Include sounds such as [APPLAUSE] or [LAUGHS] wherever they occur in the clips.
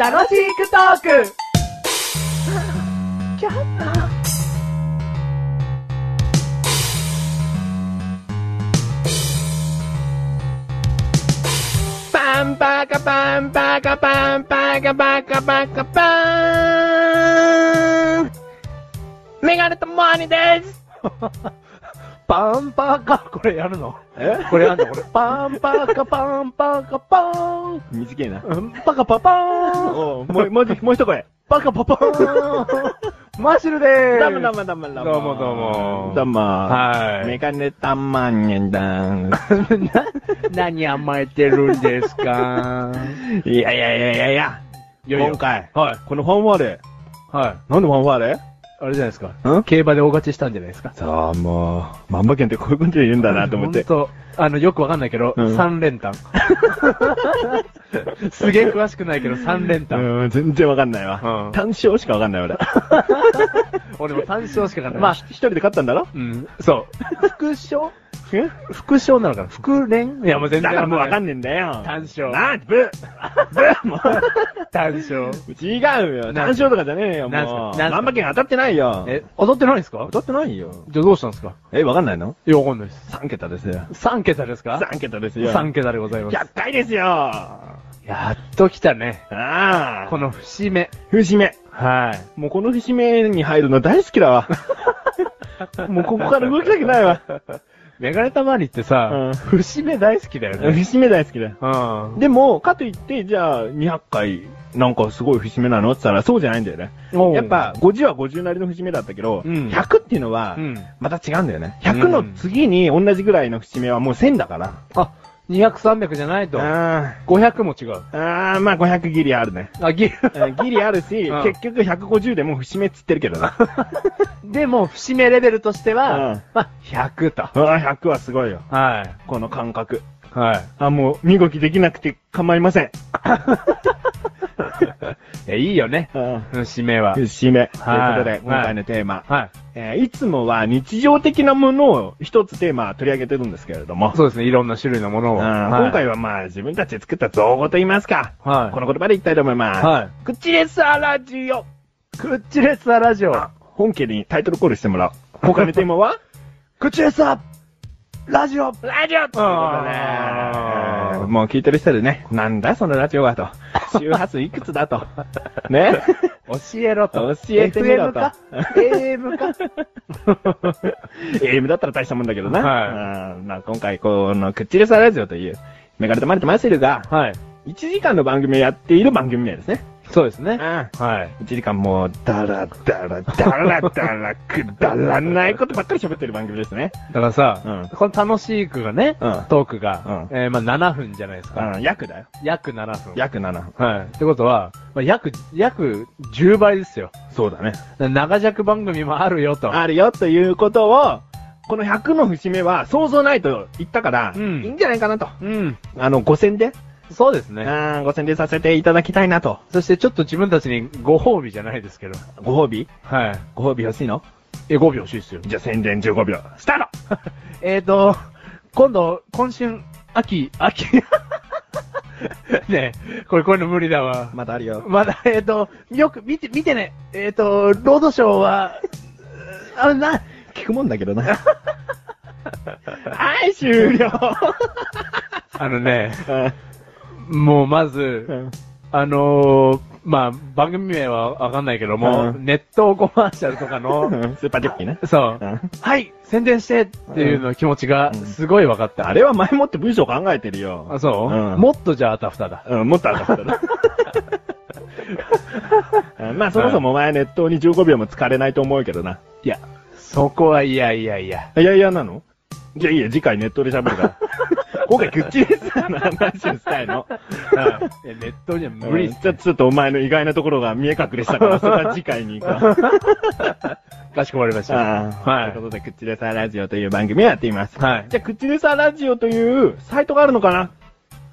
楽しくトークパンパカパンパカパンパカパカパカパーンメガネとモアニですパンパーカー、これやるのえこれやんのこれ。パンパーカー、パンパーカー、パーン。短いな。うんパカパパーン。おうもう、もうじ、もう一声。パカパパーン。マッシュルでーす。どうもどうもどうもどどうもうも。どうもどうも。はいメガネたまんにゃんだん。何甘えてるんですかいやいやいやいやいや。いやいや今回、はい。このファンファーレ。はい。なんでファンファーレあれじゃないですか。ん競馬で大勝ちしたんじゃないですか。さあ、もう、万馬券ってこういうこと言うんだなと思って。本当あの、よくわかんないけど、うん三連単。すげえ詳しくないけど、三連単。うん、全然わかんないうわん。単勝しかわかんない俺。俺も単勝しか勝たない。まあ、ひ一人で勝ったんだろうん、そう。副賞え副賞なのかな副連いや、もう全だ然からもうわかんない。んねえんだよ。単勝なあ、ブーブーも単勝。う違うよ。単勝とかじゃねえよ、なんすかもなんすかう。万馬券当たってないよ。え、、当たってないんですか当たってないよ。じゃあどうしたんですかえ、わかんないのいや、わかんないです。 ?3 桁ですよ。 3桁ですか3桁ですよ。 ?3 桁でございます。 100回ですよ。あやっと来たね。あ。この節目。節目。はい。もうこの節目に入るの大好きだわ。もうここから動きたくないわ。メガネたまりってさ、節目大好き [LAUGHS] だよね。節目大好きだよ。うん。でも、かといって、じゃあ、200回、なんかすごい節目なのって言ったら、そうじゃないんだよね。おうやっぱ、50は50なりの節目だったけど、うん100っていうのはう、ん。また違うんだよね。100の次に同じぐらいの節目はもう1000だから。あ、200、300じゃないと。あ500も違う。ーあー、まあ500ギリある [LAUGHS] ね。あ、ぎ、うんギリあるし、うん結局150でもう節目っつってるけど [LAUGHS] な。 [LAUGHS] でも、節目レベルとしては、うんまあ、100と。うわ100はすごいよ。はい。この感覚。はい。あ、もう、身動きできなくて構いません。いや、いいよね。うん節目は。節目。というはいことで、今回のテーマ。はい。えーいつもは日常的なものを一つテーマ取り上げてるんですけれども。そうですね、いろんな種類のものを。うんはい今回はまあ自分たちで作った造語と言いますか。はい。この言葉で言いたいと思います。はい。クッチレスアラジオ。クッチレスアラジオ。本家にタイトルコールしてもらう。他のテー [LAUGHS] マはクッチレスアラジオラジオってことであーえーもう聞いてる人でね、なんだそのラジオは [LAUGHS] と。周波数いくつだと。ね。教えろと。教えてみろと FM か ?AM か AM だったら大したもんだけどな。はうんまあ今回、このクッチレスアラジオという、メガネとマネとマイセルが、はい。 1時間の番組をやっている番組名ですね。そうですね。 1はい。時間もう、ダラダラ、ダラダラ、くだらないことばっかり喋ってる番組ですね。だからさう、この楽しい句がねうん、トークがう、えーまあ7分じゃないですか。うん、約だよ。約7分。約7分。はい。ってことは、まあ約、約10倍ですよ。そうだね。長尺番組もあるよと。あるよということを、この100の節目は想像ないと言ったから、うんいいんじゃないかなと。うん。あの、5000で、そうですうねん、。5000でさせていただきたいなと。そしてちょっと自分たちにご褒美じゃないですけど。ご褒美はい。ご褒美欲しいのえ、5秒欲しいですよ。 [LAUGHS] じゃあ宣伝15秒、スタートえーと、今度、今春、秋、秋。 [LAUGHS] ねえ、これ、こういうの無理だわ。まだあるよ。まだ、えーと、よく見て、見てね。えーと、ロードショー [LAUGHS] は、あのな、聞くもんだけどな。 [LAUGHS] はい、終了あのね、うんもうまうず、んあのーまあ、番組名はわかんないけども、うんネットコマーシャルとか [LAUGHS] の、スーパージョッキーね。そう、うんはい、宣伝してっていうの気持ちがすごい分かった。あれは前もって文章考えてるよ。あ、そう、うんもっとじゃああたふただ。うん、もっとあったら。 [LAUGHS] うんまあ、そもそもお前熱湯に15秒も疲れないと思うけどな。いや、そこはいやいやいや。いやいやなのじゃあいいや、次回ネットで喋るから。今回グッチレスラーの話をしたいの。 [LAUGHS] はいいやネットじゃ無理っすちょちょっとお前の意外なところが見え隠れしたから、それは次回に行こう。かしこまりました。は。はいいということで、クッチレサーラジオという番組をやっています。はいじゃあ、クッチレサーラジオというサイトがあるのかな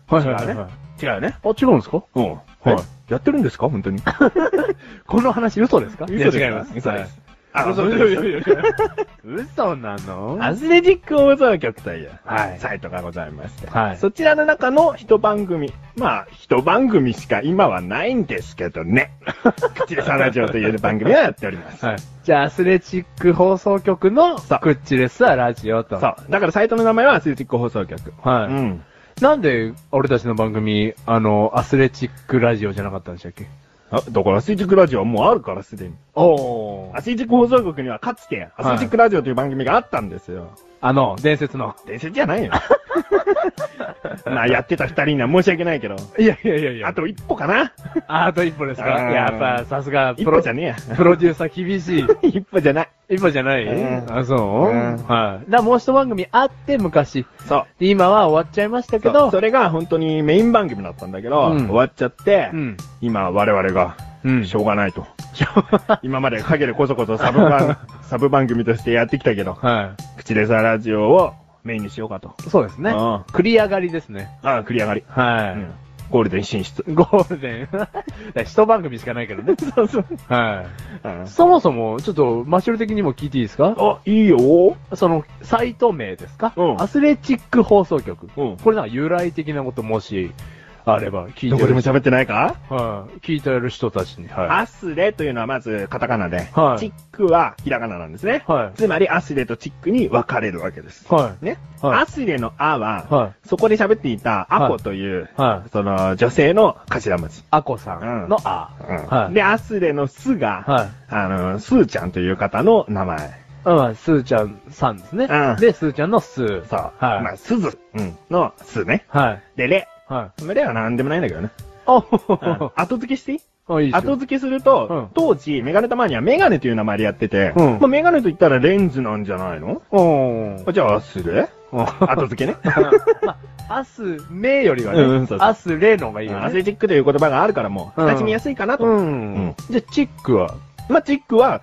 はいはいはいはい違うよね。あ、違うんですかうん。はい。やってるんですか本当に。この話嘘ですか嘘ですかいや違います。嘘ですあ、嘘嘘嘘嘘嘘なのアスレチック放送局という、はいサイトがございまして、はいそちらの中の一番組、まあ、一番組しか今はないんですけど [LAUGHS] ね。口でサラジオという番組はやっております。はい。じゃあ、アスレチック放送局のそうクッチレスはラジオそと。う。だからサイトの名前はアスレチック放送局。はい。うん。なんで、俺たちの番組、あの、アスレチックラジオじゃなかったんでしたっけあ、だからアスレチックラジオはもうあるからすでに。おアスレチック放送局にはかつて、アスレチックラジオという番組があったんですよ。あの、伝説の。伝説じ [LAUGHS] ゃないよ。まあ、やってた二人には申し訳ないけど。いやいやいやいや。あと一歩かなあ、あと一歩ですかあーやっぱ、さすが、一プ歩ロ、じゃねプロデューサー厳しい。えや。 [LAUGHS] 一歩じゃない。一歩じゃないうんあ、そううはんい。だからもう一番組あって、昔。そう。で、今は終わっちゃいましたけそうど、それが本当にメイン番組だったんだけど、うん終わっちゃって、うん。今我々が、うんしょうがないと。今まで陰でこそこそサブ番、サブ番組としてやってきたけど、 [LAUGHS] は口でさラジオをメインにしようかと。い。そうですね。あ繰り上がりですね。あ、繰り上がり。はうんゴールデン進出。い。ゴールデン。 [LAUGHS] だから一番組しかないけどね。そうそう。はうい。んそもそも、ちょっと、マシュル的にも聞いていいですかあ、いいよ。その、サイト名ですか、うんアスレチック放送局。うんこれなんか由来的なこともし、あれば、聞いどてこでるも人、喋ってないかはい、聞いてる人たちに、はアスレというのはまずカタカナで、はいチックはひらがななんですねい。。はい。つまりアスレとチックに分かれるわけです。はね。い。はいア。スレのアは、はそこで喋っていたアコという、い。はい。その、女性の頭文字。アコさんのあ。うんはいで、アスレのスが、はい。あの、スーちゃんという方の名前。うん、スーちゃんさんですね。うんで、スーちゃんのスー。そう。はいまあ、スズ、うん、のスね。はい。で、レ。はい。レは何でもないんだけどね。お [LAUGHS] うんほ後付けしていいほいいです後よ。付けすると、うん当時、メガネたまにはメガネという名前でやってて、うんまあ、メガネと言ったらレンズなんじゃないのおーあじゃあ、ア [LAUGHS] スレ後付けね。まあ、アスメよりはね、うんそうそうアスレの方がいいうんよアスね。レチックという言葉があるからもう、うん親しみやすいかなと。んうんじゃあ、チックはまあ、チックは、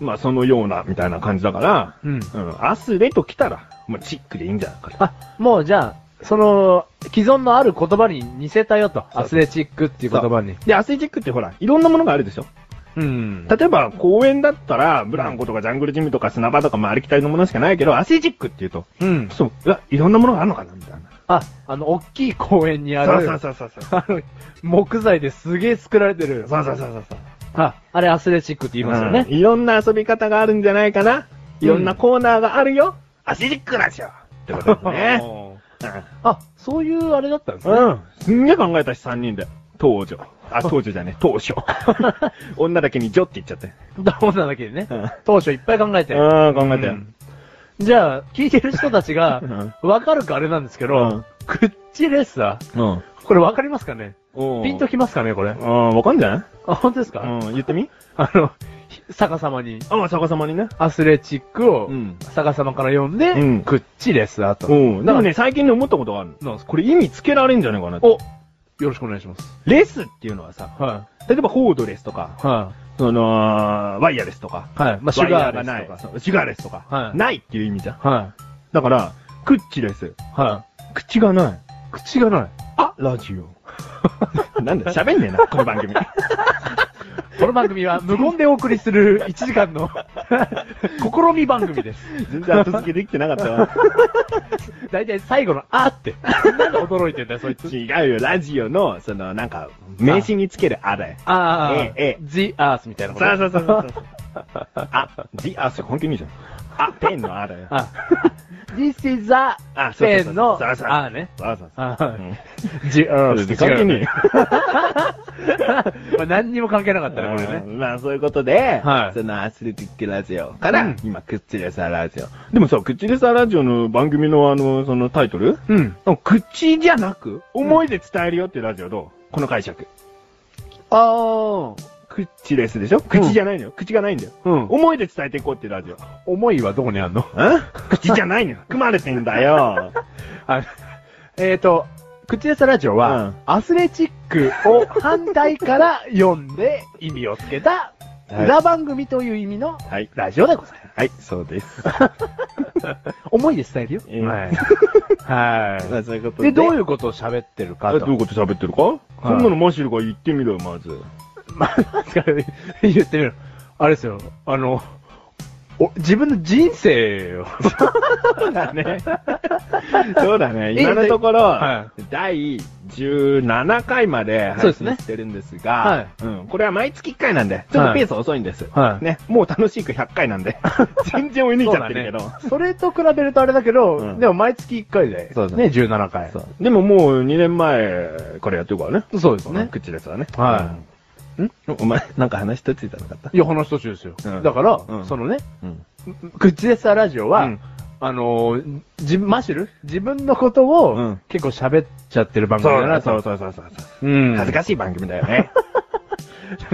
まあ、そのような、みたいな感じだから、うん。うん、アスレと来たら、もうチックでいいんじゃないかと。あ、もうじゃあ、その、既存のある言葉に似せたよと。そうアスレチックっていう言葉に。で、アスレチックってほら、いろんなものがあるでしょうん。例えば、公園だったら、ブランコとかジャングルジムとか砂場とか回りきたりのものしかないけど、アスレチックって言うと、うん。そう、うわ、いろんなものがあるのかなみたいな。あ、あの、大きい公園にあそうる、そうそうそうそう。あの、木材ですげえ作られてる。そうそうそうそうそう。あ、あれアスレチックって言いますよねう。んいろんな遊び方があるんじゃないかないろんなコーナーがあるよ、アスレチックラジオってことですね。ね。あ、そういうあれだったんです [LAUGHS] うね。ん。うんすんげえ考えたし、三人で。当女。あ、当女じゃねえ、当 [LAUGHS] 初。女だけに女って言っちゃって。だもんなだけでねう。ん。当初いっぱい考えて。うん、考えたうよ。んじゃあ、聞いてる人たちが [LAUGHS] う、んわかるかあれなんですけど、クッチレースだ。うん。これわかりますかねうんピンときますかねこれ。うん、わかんじゃあ、本当ですか、ないうん、言ってみあの、ひ逆さまに、あ、まあ、逆さまにね。アスレチックをん。逆さまから読んで、うんクッチレスだと。うん。なんかね、最近ね思ったことがあるなの。んですかこれ意味つけられんじゃないかなってお、よろしくお願いします。レスっていうのはさ、は例えばコードレスとか、い。はい。その、ワイヤレスとか、はい。まあ、シワュイヤガーがーなレスいとか。そうシュガーレスとか、はいないっていう意味じゃん。はだから、クッチレス。い。は口がない。い。口がない。あ、ラジオ。 [LAUGHS] なんだ、喋んねえな、この番組。この番組は無言でお送りす [LAUGHS] る1時間の [LAUGHS] 試み番組です。全然後付けできてなかったわ。だいたい最後のあーって。なんで驚いてんだよ、そいつ。違うよ、ラジオの、その、なんか、名刺につけるあだよ。あー、えええジアースみたいなこと。そうそうそうそうそう。 [LAUGHS] あ、ジ、あ、それ本当にいいじゃん。あ、ペンのあだよ。あ、This is a あ、そうそうそ pen うのそうそうあーね。そうそうそう。あうんージアース関係ねえよ。 [LAUGHS] まあ何にも関係なかったね、これね。まあそういうことで、はいそのアスレティックラジオかうらん、今、クッチレサラジオ。でもさ、クッチレサラジオの番組のあの、そのタイトルうん。口じゃなく、思いで伝えるよってラジオどうこの解釈。あー。クッチレスでしょ口じゃないのよ。口がないんだよ。うん。思いで伝えていこうってラジオ。思いはどこにあんの口じゃないのよ。組まれてんだ [LAUGHS] よ。あ [LAUGHS] えっ、と、口でさラジオは、うんアスレチックを反対から読んで意味をつけた、はい裏番組という意味のはい。ラジオでございます。はい、そうです。思いで伝えるよ。えーはい。はあそういうこい。で、どうういうことを喋ってるかあと。どういうこと喋ってるか、そんなのマシルが言ってみろよ、まず。まあ、なんすか言ってみる。あれですよ。あの、お自分の人生を。そうだね。そうだね。今のところ、は第17回までそうで配すね信してるんですが、うん、これは毎月1回なんで、ちょっはといペース遅いんです。はいね、もう楽しく100回なん [LAUGHS] で、全然追い抜いちゃってるけど。それと比べるとあれだけど、うんでも毎月1回で、そうそうね、17回。そうでももう2年前からやってるからね。そうですねね。。口ですわね。。はいんお前、なんか話一ついたなかったいや、話途中ですよ。うんだから、うんそのね、うん。口でさラジオは、うんあのー、じ、マシュル自分のことを、うん結構喋っちゃってる番組そだうなだと。そうそうそうそう。うん。恥ずかしい番組だよ [LAUGHS] ね。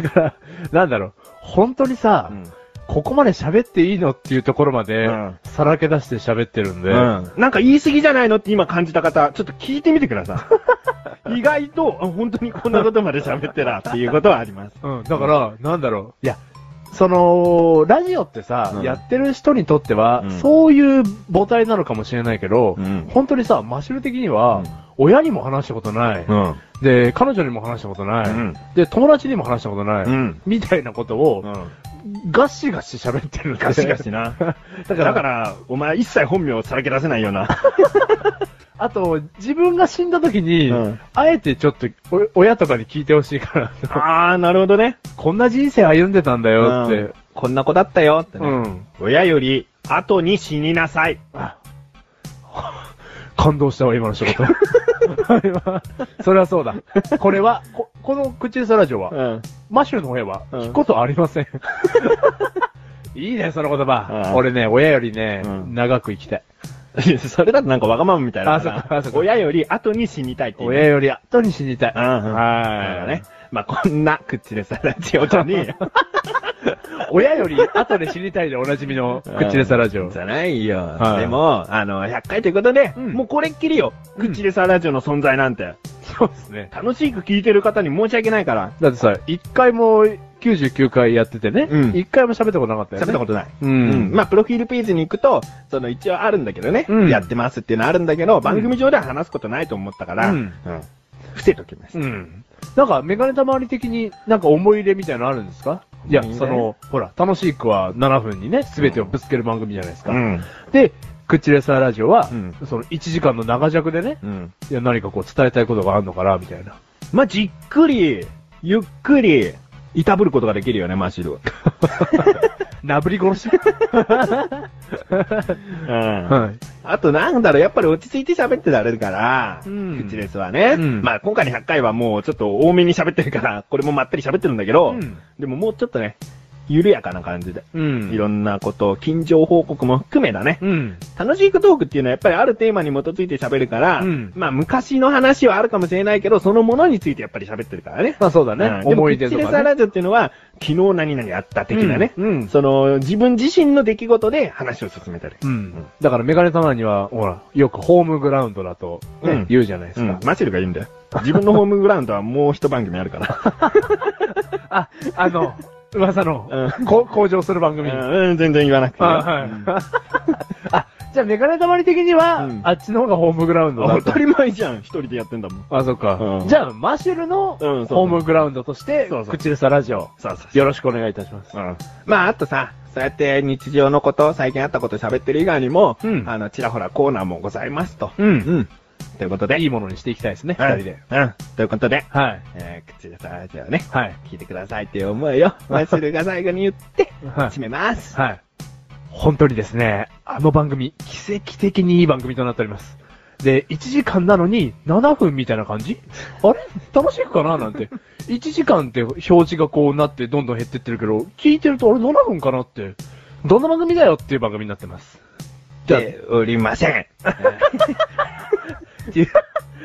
だから、なんだろう、本当にさ、ここまで喋っていいのっていうところまで、うんさらけ出して喋ってるんで、うんなんか言い過ぎじゃないのって今感じた方、ちょっと聞いてみてくださ [LAUGHS] い。意外と、あ本当にこんなことまで喋ってらっていうことはあります。うん、だから、なんだろう。いや、その、ラジオってさ、うんやってる人にとっては、うんそういう母体なのかもしれないけど、うん本当にさ、マシュル的には、うん親にも話したことない、ん。で、彼女にも話したことない、うんで、友達にも話したことない、うん。みたいなことを、うん。ガシガシ喋ってるんでガシガシ。な。だ [LAUGHS] だか、からら、お前一切本名をさらけ出せないよ [LAUGHS] うな。あと、自分が死んだ時に、うんあえてちょっとお、親とかに聞いてほしいから、 [LAUGHS] あー、なるほどね。こんな人生歩んでたんだよって。うん [LAUGHS] こんな子だったよってね。うん。親より後に死になさい。あ感動したわ、今の仕事。 [LAUGHS] 今それはそうだ。これは、ここの口でさラジオは、ん。マッシュルの親は、うん聞くことありま [LAUGHS] せん。いいね、その言葉。うん俺ね、親よりね、うん長く生きたい。 [LAUGHS] それだとなんかわがままみたいだからあそっかあそっか親より後に死にたいっていうね、親より後に死にたい。うんうは。んはいい。ね。まあ、こんな、口でさラジオとに、 [LAUGHS] 親より後で死にたいでおなじみの口でさラジオ。じゃないよ。はいでも、あの、100回ということで、うんもうこれっきりよ。うん口でさラジオの存在なんて。そうですね。楽しく聞いてる方に申し訳ないから。だってさ、一回も99回やっててね、うん一回も喋ったことなかったよね。喋ったことない。う。うんん。まあ、プロフィールページに行くと、その一応あるんだけどね。うんやってますっていうのあるんだけど、番組上では話すことないと思ったから、うんうん伏せときます。うん。なんか、メガネたまわり的になんか思い入れみたいなのあるんですかいや、思い入れその、ほら、楽しい句は7分にね、すべてをぶつける番組じゃないですか。ん。で、クッチレサーラジオは、うんその1時間の長尺でね、うん。いや、何かこう伝えたいことがあるのかな、みたいな。まあ、じっくり、ゆっくり、いたぶることができるよね、マシルは。なぶり殺しう [LAUGHS] んはい。あとなんだろう、やっぱり落ち着いて喋ってられるから、うん口ですわね。うんまあ今回の100回はもうちょっと多めに喋ってるから、これもまったり喋ってるんだけど、うんでももうちょっとね、緩やかな感じで、うんいろんなこと、近況報告も含めだね。うん。楽しいトークっていうのはやっぱりあるテーマに基づいて喋るから、うんまあ昔の話はあるかもしれないけど、そのものについてやっぱり喋ってるからね。まあそうだね。うん思い出とでも口レサかね。ラジオっていうのは、昨日何々あった的なね。うんうんその、自分自身の出来事で話を進めたり。うん。だからメガネたまわりには、ほら、よくホームグラウンドだと、ねうん言うじゃないですうかん、。マシルが言うんだよ。自分のホームグラウンドはもう一番組あるから。あ、あの、噂の、 [LAUGHS] うこ向上する番組。うん、うん全然言わなくていいよ。あ、はい。あ、じゃあメガネたまり的には、うんあっちの方がホームグラウンドだ当とた。り前じゃん、一人でやってんだもん。あ、そっか。うんじゃあ、マシュルのうんそうそうホームグラウンドとして、そうそう口でさラジオ、そうそうよろしくお願いいたします。うん。まあ、あとさ、そうやって日常のこと、最近あったこと喋ってる以外にも、うんあの、ちらほらコーナーもございますと。うんうん。ということで。いいものにしていきたいですね、うん二人で。うん。ということで、はい。えー、口でさラジオね、はい。聞いてくださいっていう思いを、マシルが最後に言って、はい締めます。はい。本当にですね、あの番組、奇跡的にいい番組となっております。で、1時間なのに7分みたいな感じあれ楽しいかななんて。1時 [LAUGHS] 間って表示がこうなってどんどん減ってってるけど、聞いてるとあれ7分かなって。どんな番組だよっていう番組になってます。じゃあで、おりません。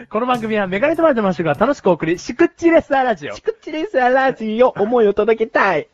この番組はメガネとマルとマッシュが楽しくお送り、しくっちレスラーラジオ。チクッチレスラジオ、思いを届けたい。